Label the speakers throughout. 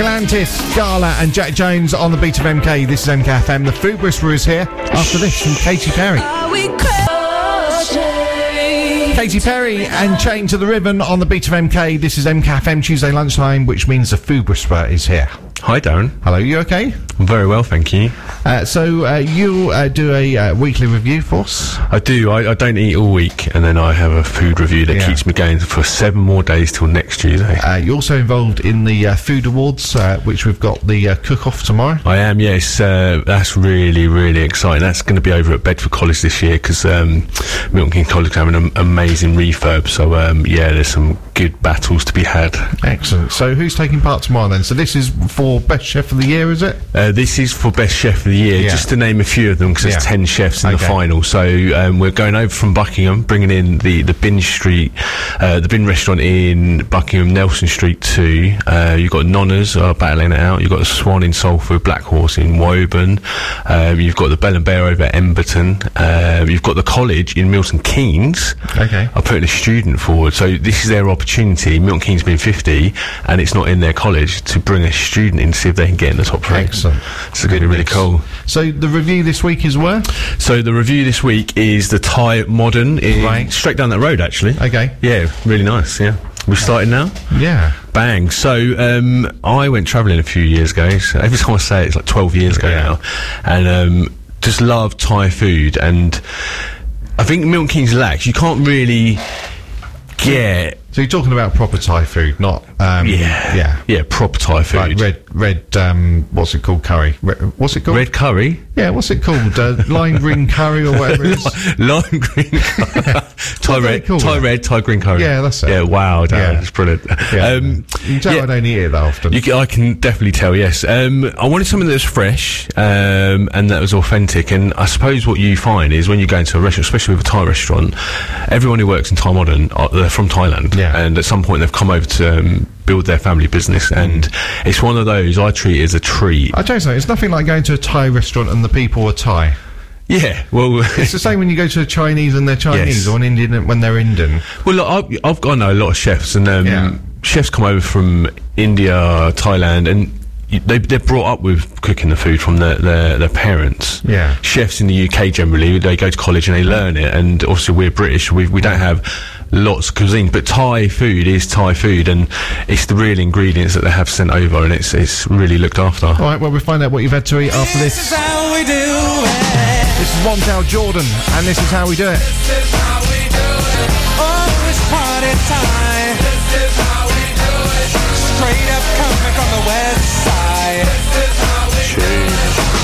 Speaker 1: Galantis, Gala, and Jack Jones on the beat of MK. This is MKFM. The Food Whisperer is here after this from Katy Perry. Katy Perry and Chain to the Ribbon on the beat of MK. This is MKFM Tuesday lunchtime, which means the Food Whisperer is here.
Speaker 2: Hi, Darren.
Speaker 1: Hello, you okay?
Speaker 2: Very well, thank you.
Speaker 1: Uh, so uh, you uh, do a uh, weekly review for us.
Speaker 2: I do. I, I don't eat all week, and then I have a food review that
Speaker 1: Yeah.
Speaker 2: keeps me going for seven more days till next Tuesday.
Speaker 1: Uh, you're also involved in the uh, food awards, uh, which we've got the uh, cook-off tomorrow.
Speaker 2: I am, yes. Uh, that's really, really exciting. That's going to be over at Bedford College this year because um, Milton King College are having an amazing refurb. So, um, yeah, there's some good battles to be had.
Speaker 1: Excellent. So who's taking part tomorrow then? So this is for best chef of the year, is it?
Speaker 2: Uh, this is for Best Chef of the Year,
Speaker 1: Yeah.
Speaker 2: just to name a few of them because there's
Speaker 1: Yeah.
Speaker 2: 10 chefs in the
Speaker 1: Okay.
Speaker 2: final. So um, we're going over from Buckingham, bringing in the, the Bin Street, uh, the Bin restaurant in Buckingham, Nelson Street 2. Uh, you've got Nonnas uh, battling it out. You've got the Swan in Salford, Black Horse in Woburn. Um, you've got the Bell and Bear over at Emberton. Um, you've got the college in Milton Keynes.
Speaker 1: Okay.
Speaker 2: I'm putting a student forward. So this is their opportunity. Milton Keynes been 50 and it's not in their college to bring a student in to see if they can get in the top three.
Speaker 1: Excellent.
Speaker 2: It's going to be really cool.
Speaker 1: So the review this week is where?
Speaker 2: So the review this week is the Thai Modern. In
Speaker 1: Right.
Speaker 2: Straight down that road, actually.
Speaker 1: Okay.
Speaker 2: Yeah, really nice. Yeah. We're starting now.
Speaker 1: Yeah.
Speaker 2: Bang. So um, I went travelling a few years ago. So every time I say it, it's like 12 years ago
Speaker 1: Yeah.
Speaker 2: now. And um, just love Thai food. And I think Milton Keynes lacks. You can't really get.
Speaker 1: So you're talking about proper Thai food, not um,
Speaker 2: Yeah.
Speaker 1: yeah,
Speaker 2: Yeah, proper Thai food.
Speaker 1: like red red um, what's it called curry? Re- what's it called?
Speaker 2: Red curry.
Speaker 1: Yeah, what's it called? Uh, lime green curry or whatever it is.
Speaker 2: Lime green curry.
Speaker 1: they
Speaker 2: Thai red,
Speaker 1: call
Speaker 2: Thai
Speaker 1: it?
Speaker 2: red, Thai green curry.
Speaker 1: Yeah, that's it.
Speaker 2: Yeah, wow, Dan,
Speaker 1: Yeah.
Speaker 2: that's brilliant.
Speaker 1: Yeah.
Speaker 2: Um,
Speaker 1: you can tell
Speaker 2: yeah.
Speaker 1: I don't eat it that often.
Speaker 2: You can, I can definitely tell, yes. Um, I wanted something that was fresh um, and that was authentic. And I suppose what you find is when you go into a restaurant, especially with a Thai restaurant, everyone who works in Thai modern are they're from Thailand,
Speaker 1: Yeah.
Speaker 2: and at some point they've come over to um, build their family business. And it's one of those I treat as a treat.
Speaker 1: I tell you something, it's nothing like going to a Thai restaurant and the people are Thai.
Speaker 2: yeah, well,
Speaker 1: It's the same when you go to a Chinese and they're Chinese,
Speaker 2: Yes.
Speaker 1: or an Indian when they're Indian.
Speaker 2: Well, look, I've, I've got I know a lot of chefs, and um,
Speaker 1: Yeah.
Speaker 2: chefs come over from India, Thailand, and y- they, they're brought up with cooking the food from their, their, their parents.
Speaker 1: Yeah.
Speaker 2: Chefs in the UK generally, they go to college and they learn it, and obviously we're British, we, we don't have lots of cuisine, but Thai food is Thai food, and it's the real ingredients that they have sent over, and it's, it's really looked after.
Speaker 1: All right, well, we'll find out what you've had to eat after this. This is how we do it. This is Womtel Jordan, and this is how we do it. Oh,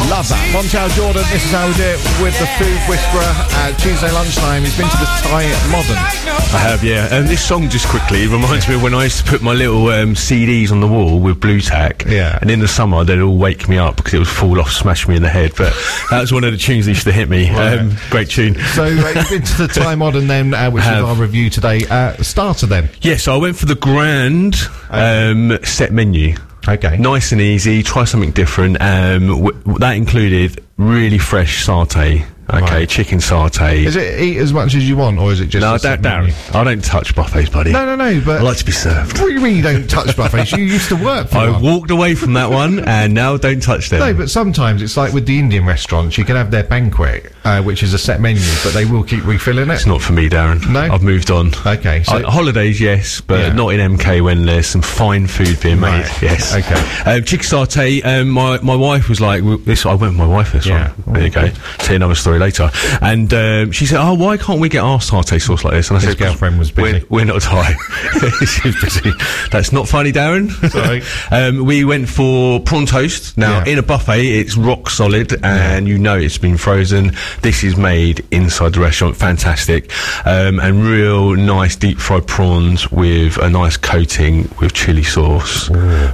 Speaker 1: Love that. Montel Jordan, this is how we do it with the Food Whisperer. Uh, Tuesday lunchtime, he's been to the Thai Modern.
Speaker 2: I have, yeah. And this song just quickly it reminds me of when I used to put my little um, CDs on the wall with blue tack.
Speaker 1: Yeah.
Speaker 2: And in the summer, they'd all wake me up because it would fall off, smash me in the head. But that was one of the tunes that used to hit me. Um, great tune.
Speaker 1: So uh, you've been to the Thai Modern then, uh, which is
Speaker 2: Have.
Speaker 1: our review today. Uh, starter then.
Speaker 2: Yeah, so I went for the grand um, set menu.
Speaker 1: Okay.
Speaker 2: Nice and easy. Try something different. Um, w- w- that included really fresh satay. Okay,
Speaker 1: Right.
Speaker 2: chicken satay.
Speaker 1: Is it eat as much as you want, or is it just
Speaker 2: no,
Speaker 1: a
Speaker 2: Dar-
Speaker 1: set
Speaker 2: Darren,
Speaker 1: menu?
Speaker 2: I don't touch buffets, buddy.
Speaker 1: No, no, no. But
Speaker 2: I like to be served.
Speaker 1: what do you mean you don't touch buffets? You used to work for
Speaker 2: I
Speaker 1: one.
Speaker 2: walked away from that one, and now don't touch them.
Speaker 1: No, but sometimes it's like with the Indian restaurants. You can have their banquet, uh, which is a set menu, but they will keep refilling it.
Speaker 2: It's not for me, Darren.
Speaker 1: No?
Speaker 2: I've moved on.
Speaker 1: Okay, so-
Speaker 2: I- holidays, yes, but
Speaker 1: Yeah.
Speaker 2: not in MK when there's some fine food being made.
Speaker 1: Right.
Speaker 2: Yes.
Speaker 1: Okay.
Speaker 2: Um, chicken satay. Um, my my wife was like, w- this. I went with my wife this
Speaker 1: Yeah.
Speaker 2: one. There you go. See another story later. And um, she said, oh, why can't we get our satay sauce like this? And I
Speaker 1: His
Speaker 2: said, "'Cause
Speaker 1: girlfriend was busy."
Speaker 2: We're, we're not Thai. She's busy. That's not funny, Darren.
Speaker 1: Sorry.
Speaker 2: um, we went for prawn toast. Now
Speaker 1: Yeah.
Speaker 2: in a buffet, it's rock solid, and you know it's been frozen. This is made inside the restaurant. Fantastic, um, and real nice deep fried prawns with a nice coating with chili sauce.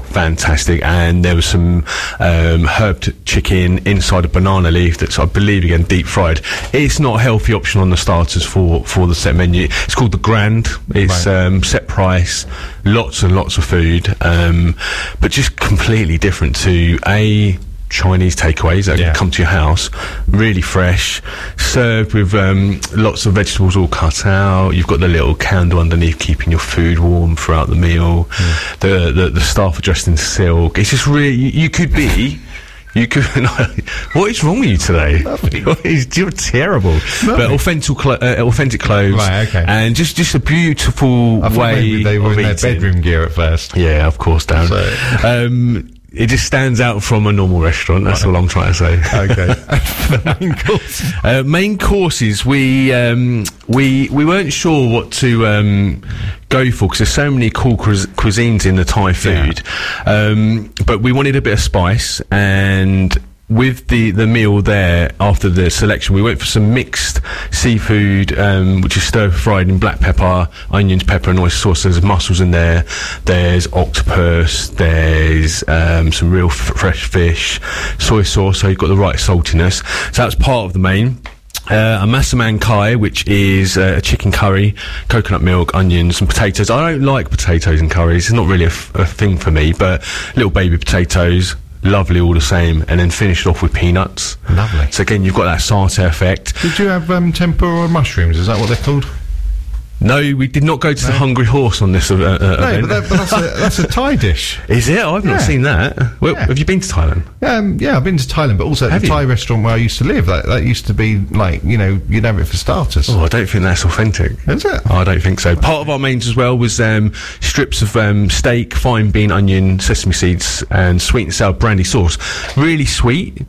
Speaker 2: Fantastic, and there was some um, herbed chicken inside a banana leaf that's, I believe, again deep fried. It's not a healthy option on the starters for for the set menu. It's called the Grand. It's
Speaker 1: Right.
Speaker 2: um, set price, lots and lots of food, um, but just completely different to a Chinese takeaways that
Speaker 1: Yeah.
Speaker 2: come to your house, really fresh, served with um, lots of vegetables all cut out. You've got the little candle underneath, keeping your food warm throughout the meal. The, the the staff are dressed in silk. It's just really you, you could be. You could. what is wrong with you today? What is- You're terrible. But authentic, clo- uh, authentic clothes,
Speaker 1: Right, okay.
Speaker 2: and just just a beautiful
Speaker 1: I thought
Speaker 2: way.
Speaker 1: maybe they were
Speaker 2: of
Speaker 1: in their
Speaker 2: eating.
Speaker 1: bedroom gear at first.
Speaker 2: Yeah, of course, Darren.
Speaker 1: So-
Speaker 2: Um, it just stands out from a normal restaurant. That's all I'm trying to say.
Speaker 1: Okay. the main course.
Speaker 2: Uh, main courses, we um, we we weren't sure what to um, go for because there's so many cool cuis- cuisines in the Thai food, um, but we wanted a bit of spice and. With the, the meal there after the selection, we went for some mixed seafood, um, which is stir fried in black pepper, onions, pepper, and oyster sauce. There's mussels in there. There's octopus. There's um, some real f- fresh fish, soy sauce. So you've got the right saltiness. So that's part of the main. Uh, a massaman kai, which is uh, a chicken curry, coconut milk, onions, and potatoes. I don't like potatoes and curries. It's not really a, f- a thing for me, but little baby potatoes, lovely all the same. And then finish it off with peanuts.
Speaker 1: Lovely.
Speaker 2: So again, you've got that satay effect.
Speaker 1: Did you have um, tempura mushrooms? Is that what they're called?
Speaker 2: No, we did not go to the Hungry Horse on this uh, uh,
Speaker 1: No,
Speaker 2: event.
Speaker 1: but, that, but that's, a, that's a Thai dish.
Speaker 2: Is it? I've not
Speaker 1: Yeah.
Speaker 2: seen that. Well,
Speaker 1: Yeah.
Speaker 2: Have you been to Thailand?
Speaker 1: Um, yeah, I've been to Thailand, but also at
Speaker 2: Have
Speaker 1: the
Speaker 2: you?
Speaker 1: Thai restaurant where I used to live. That, that used to be like, you know, you'd have it for starters.
Speaker 2: Oh, I don't think that's authentic.
Speaker 1: Is it?
Speaker 2: I don't think so. Part of our mains as well was um, strips of um, steak, fine bean, onion, sesame seeds, and sweet and sour brandy sauce. Really sweet.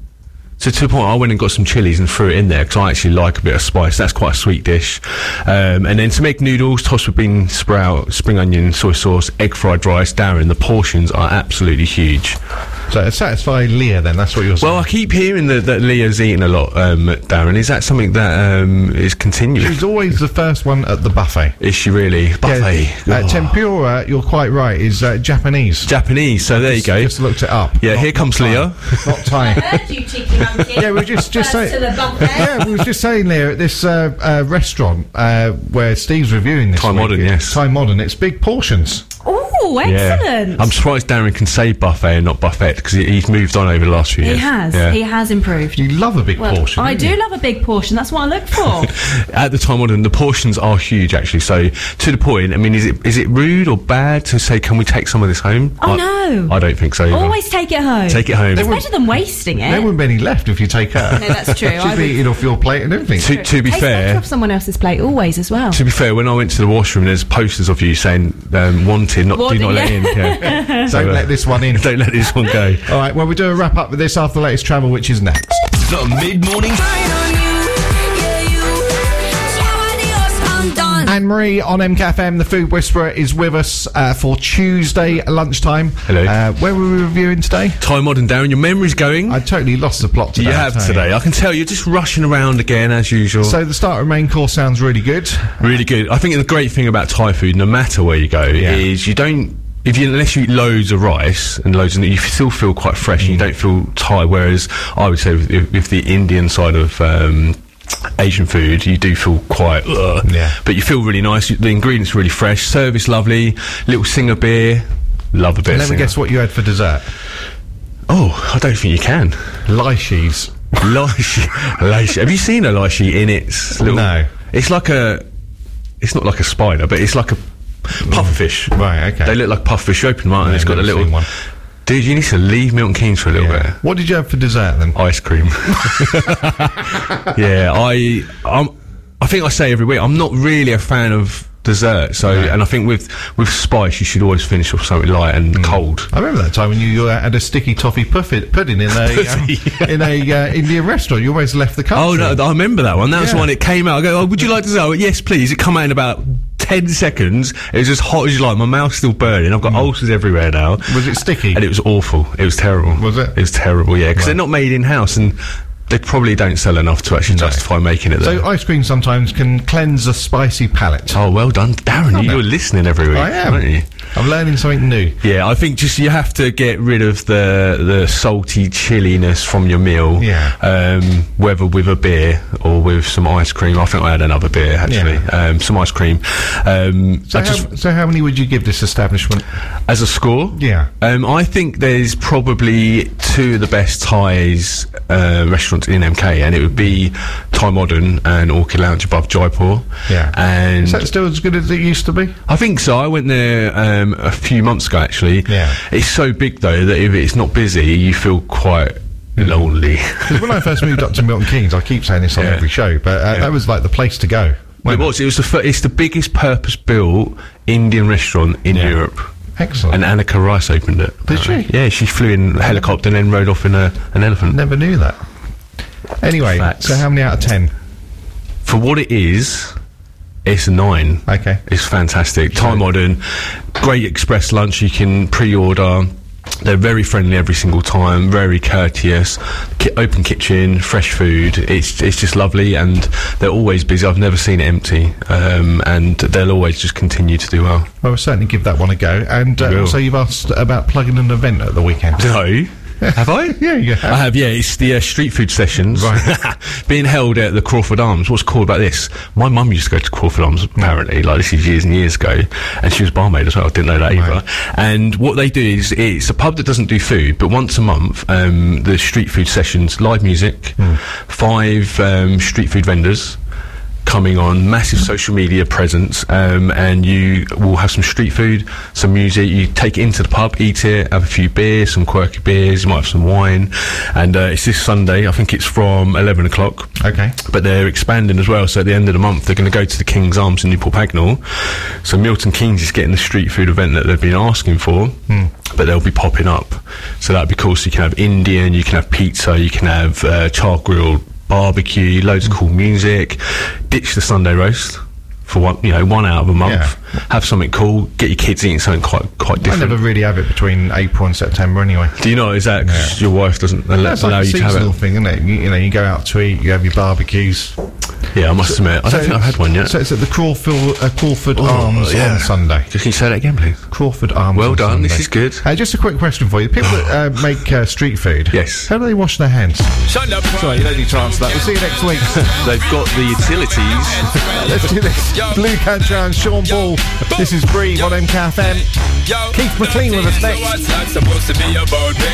Speaker 2: So to the point, I went and got some chilies and threw it in there because I actually like a bit of spice. That's quite a sweet dish. Um, and then to make noodles, tossed with bean sprout, spring onion, soy sauce, egg fried rice. Darren, the portions are absolutely huge.
Speaker 1: So satisfy Leah then, that's what you're saying.
Speaker 2: Well, I keep hearing that, that Leo's eating a lot, um, Darren. Is that something that um, is continuing?
Speaker 1: She's always the first one at the buffet.
Speaker 2: Is she really? Buffet.
Speaker 1: Yeah,
Speaker 2: Oh.
Speaker 1: uh, tempura, you're quite right, is uh, Japanese.
Speaker 2: Japanese, so there you go.
Speaker 1: Just looked it up.
Speaker 2: Yeah,
Speaker 1: Not
Speaker 2: here comes
Speaker 1: Thai.
Speaker 2: Leah.
Speaker 1: Not Thai.
Speaker 3: heard you, cheeky monkey.
Speaker 1: Yeah, we were just just
Speaker 3: First
Speaker 1: saying.
Speaker 3: to the buffet.
Speaker 1: yeah, we were just saying there at this uh, uh, restaurant uh, where Steve's reviewing this.
Speaker 2: Thai
Speaker 1: week,
Speaker 2: Modern,
Speaker 1: it's
Speaker 2: yes.
Speaker 1: Thai modern. It's big portions.
Speaker 4: Oh, excellent.
Speaker 2: I'm surprised Darren can say buffet and not buffet because he, he's moved on over the last few
Speaker 4: he
Speaker 2: years.
Speaker 4: has.
Speaker 2: Yeah.
Speaker 4: He has improved.
Speaker 1: You love a big
Speaker 4: Well,
Speaker 1: portion.
Speaker 4: I
Speaker 1: don't
Speaker 4: do
Speaker 1: you?
Speaker 4: love a big portion. That's what I look for.
Speaker 2: At the time, modern, the portions are huge actually. So to the point, I mean, is it is it rude or bad to say, can we take some of this home?
Speaker 4: Oh,
Speaker 2: I,
Speaker 4: no.
Speaker 2: I don't think so. either.
Speaker 4: Always take it home.
Speaker 2: take it home.
Speaker 4: It's better than wasting it.
Speaker 1: There wouldn't be any left if you take her.
Speaker 4: Eh. No, that's true. I
Speaker 1: She'd
Speaker 4: would-
Speaker 1: be eating off your plate and everything.
Speaker 2: to, to be
Speaker 4: Tastes
Speaker 2: fair,
Speaker 4: better off someone else's plate always as well.
Speaker 2: To be fair, when I went to the washroom, there's posters of you saying um, "wanted," not
Speaker 4: Wanted,
Speaker 2: do not let
Speaker 4: yeah.
Speaker 2: in. Yeah.
Speaker 1: Don't
Speaker 2: uh,
Speaker 1: let this one in.
Speaker 2: don't let this one go.
Speaker 1: All right, well, we'll do a wrap up with this after the latest travel, which is next.
Speaker 5: The mid morning
Speaker 1: Anne Marie on MKFM, the Food Whisperer, is with us uh, for Tuesday lunchtime.
Speaker 2: Hello.
Speaker 1: Uh, where were we reviewing today?
Speaker 2: Time modern, Darren. Your memory's going.
Speaker 1: I totally lost the plot today.
Speaker 2: you
Speaker 1: I'll
Speaker 2: have
Speaker 1: tell you.
Speaker 2: today. I can tell you're just rushing around again as usual.
Speaker 1: So the starter and main course sounds really good.
Speaker 2: really good. I think the great thing about Thai food, no matter where you go,
Speaker 1: Yeah.
Speaker 2: is you don't. If you, unless you eat loads of rice and loads of, you still feel quite fresh
Speaker 1: Mm.
Speaker 2: and you don't feel tired. Whereas I would say with, with the Indian side of um, Asian food, you do feel quite, ugh,
Speaker 1: Yeah.
Speaker 2: but you feel really nice. The ingredients are really fresh. Service lovely. Little singer beer, love a bit.
Speaker 1: And
Speaker 2: of
Speaker 1: let me
Speaker 2: Singer.
Speaker 1: guess what you had for dessert.
Speaker 2: Oh, I don't think you can.
Speaker 1: Lychees.
Speaker 2: Lychee. lychee. Have you seen a lychee in its little?
Speaker 1: No.
Speaker 2: It's like a. It's not like a spider, but it's like a pufferfish.
Speaker 1: Right, okay.
Speaker 2: They look like pufferfish. You open them up, and
Speaker 1: Yeah,
Speaker 2: it's got a
Speaker 1: never
Speaker 2: little.
Speaker 1: seen one.
Speaker 2: Dude, you need to leave Milton Keynes for a little bit.
Speaker 1: What did you have for dessert then?
Speaker 2: Ice cream. yeah, I. I'm, I think I say every week. I'm not really a fan of dessert. So, and I think with with spice, you should always finish with something light and
Speaker 1: Mm.
Speaker 2: cold.
Speaker 1: I remember that time when you, you had a sticky toffee puffit, pudding in a um, in a uh, Indian restaurant. You always left the country.
Speaker 2: Oh no, I remember that one. That was the
Speaker 1: Yeah.
Speaker 2: one. It came out. I go, oh, would you like this? Oh, yes, please. It come out in about ten seconds. It was as hot as you like. My mouth's still burning. I've got ulcers everywhere now.
Speaker 1: Mm. Was it sticky?
Speaker 2: And it was awful. It was terrible.
Speaker 1: Was it?
Speaker 2: It was terrible. Yeah, because they're not made in house, and they probably don't sell enough to actually justify making it. There.
Speaker 1: So uh, ice cream sometimes can cleanse a spicy palate.
Speaker 2: oh, well done, Darren. you, you're listening every week.
Speaker 1: I am.
Speaker 2: aren't you?
Speaker 1: I'm learning something new.
Speaker 2: Yeah, I think just you have to get rid of the the salty chilliness from your meal.
Speaker 1: Yeah.
Speaker 2: Um, whether with a beer or with some ice cream. I think I had another beer actually. Um, some ice cream. Um,
Speaker 1: So
Speaker 2: I
Speaker 1: how,
Speaker 2: just,
Speaker 1: so how many would you give this establishment?
Speaker 2: as a score.
Speaker 1: Yeah.
Speaker 2: Um, I think there's probably two of the best Thai's uh, restaurants in MK, and it would be Thai Modern and Orchid Lounge above Jaipur.
Speaker 1: Yeah.
Speaker 2: and
Speaker 1: Is that still as good as it used to be?
Speaker 2: I think so. I went there um, a few months ago, actually.
Speaker 1: Yeah.
Speaker 2: It's so big, though, that if it's not busy, you feel quite lonely.
Speaker 1: Because when I first moved up to Milton Keynes, I keep saying this on
Speaker 2: Yeah.
Speaker 1: every show, but uh, that was like the place to go.
Speaker 2: it was. It was the. Fir- it's the biggest purpose-built Indian restaurant in Europe.
Speaker 1: Excellent.
Speaker 2: And Annika Rice opened it.
Speaker 1: Did she?
Speaker 2: Yeah, she flew in a helicopter and then rode off in a, an elephant.
Speaker 1: Never knew that. Anyway,
Speaker 2: Facts.
Speaker 1: so how many out of ten?
Speaker 2: For what it is, it's a nine.
Speaker 1: Okay.
Speaker 2: It's fantastic. Time modern, great express lunch. You can pre-order. They're very friendly every single time. Very courteous. Ki- open kitchen, fresh food. It's it's just lovely, and they're always busy. I've never seen it empty, um, and they'll always just continue to do well.
Speaker 1: Well, we'll certainly give that one a go. And uh,
Speaker 2: Will.
Speaker 1: also, you've asked about plugging an event at the weekend.
Speaker 2: No. Have I?
Speaker 1: Yeah, you have.
Speaker 2: I have, yeah. It's the uh, street food sessions
Speaker 1: Right.
Speaker 2: being held at the Crawford Arms. What's cool about this? My mum used to go to Crawford Arms, apparently, like this is years and years ago, and she was barmaid as well. I didn't know that either. And what they do is it's a pub that doesn't do food, but once a month, um, the street food sessions, live music, five um, street food vendors coming on, massive social media presence, um, and you will have some street food, some music. You take it into the pub, eat it, have a few beers, some quirky beers. You might have some wine, and uh, it's this Sunday. I think it's from eleven o'clock.
Speaker 1: Okay.
Speaker 2: But they're expanding as well, so at the end of the month they're going to go to the King's Arms in Newport Pagnell. So Milton Keynes is getting the street food event that they've been asking for,
Speaker 1: Hmm.
Speaker 2: but they'll be popping up. So that'd be cool. So you can have Indian, you can have pizza, you can have uh, char grilled barbecue, loads of cool music. Ditch the Sunday roast for one, you know, one out of a month.
Speaker 1: Yeah.
Speaker 2: Have something cool. Get your kids eating something quite quite
Speaker 1: I
Speaker 2: different.
Speaker 1: never really have it between April and September anyway.
Speaker 2: Do you know is that 'cause your wife doesn't al-
Speaker 1: That's
Speaker 2: allow
Speaker 1: like a
Speaker 2: you to have
Speaker 1: seasonal
Speaker 2: it?
Speaker 1: thing, isn't it? You, you know, you go out to eat, you have your barbecues. I
Speaker 2: Yeah, I must admit, I don't think I've had one yet. Oh,
Speaker 1: So it's at the Crawford, uh, Crawford Arms
Speaker 2: yeah.
Speaker 1: on Sunday.
Speaker 2: Can you say that again, please?
Speaker 1: Crawford Arms.
Speaker 2: Well
Speaker 1: on
Speaker 2: done, this
Speaker 1: Sunday.
Speaker 2: is good.
Speaker 1: Uh, just a quick question for you: people that uh, make uh, street food,
Speaker 2: Yes.
Speaker 1: how do they wash their hands? Sorry, you don't need to answer that. We'll see you next week.
Speaker 2: They've got the utilities.
Speaker 1: Let's do this. Blue Country and Sean Ball. This is Bree on MKFM.
Speaker 3: Yo,
Speaker 1: Keith McLean with us next.
Speaker 3: what's that supposed to be about, baby?